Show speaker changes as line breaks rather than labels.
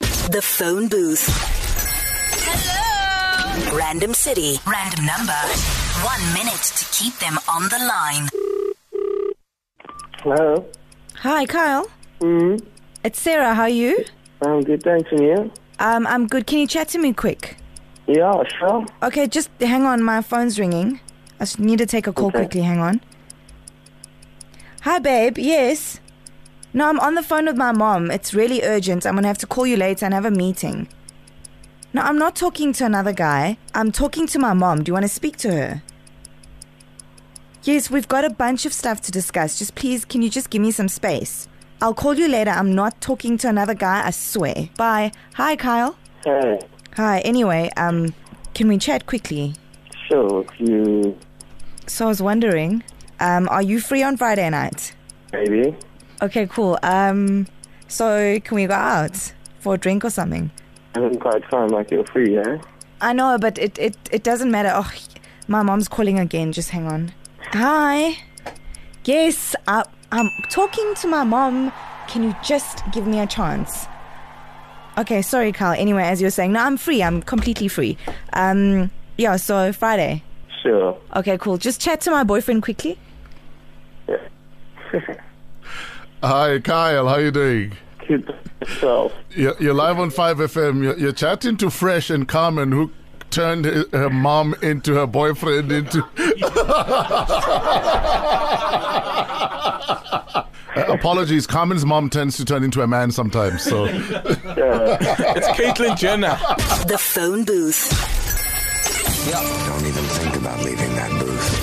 The phone booth. Hello! Random city, random number. One minute to keep them on the line.
Hello.
Hi, Kyle.
Hmm.
It's Sarah. How are you?
I'm good, thanks, and you?
Um, I'm good. Can you chat to me quick?
Yeah, sure.
Okay, just hang on. My phone's ringing. I s- need to take a call
Okay.
quickly. Hang on. Hi, babe. Yes. No, I'm on the phone with my mom. It's really urgent. I'm going to have to call you later and have a meeting. No, I'm not talking to another guy. I'm talking to my mom. Do you want to speak to her? Yes, we've got a bunch of stuff to discuss. Just please, can you just give me some space? I'll call you later. I'm not talking to another guy, I swear. Bye. Hi, Kyle.
Hey,
Hi. Anyway, um, can we chat quickly?
so if you
So I was wondering, um, are you free on Friday night?
maybe
Okay, cool. Um, so can we go out for a drink or something?
haven't quite sound like you're free, eh?
I know, but it it, it doesn't matter. Oh, my mom's calling again. Just hang on. Hi. Yes, I, I'm talking to my mom. Can you just give me a chance? Okay, sorry, Carl. Anyway, as you were saying, no, I'm free. I'm completely free. Um, yeah. So Friday.
Sure.
Okay, cool. Just chat to my boyfriend quickly.
Yeah.
Hi, Kyle. How you doing?
Keep it yourself.
You're, you're live on Five FM. You're, you're chatting to Fresh and Carmen, who turned her, her mom into her boyfriend into. Uh, apologies, Carmen's mom tends to turn into a man sometimes. So,
It's Caitlyn Jenner.
The phone booth.
Don't even think about leaving that booth.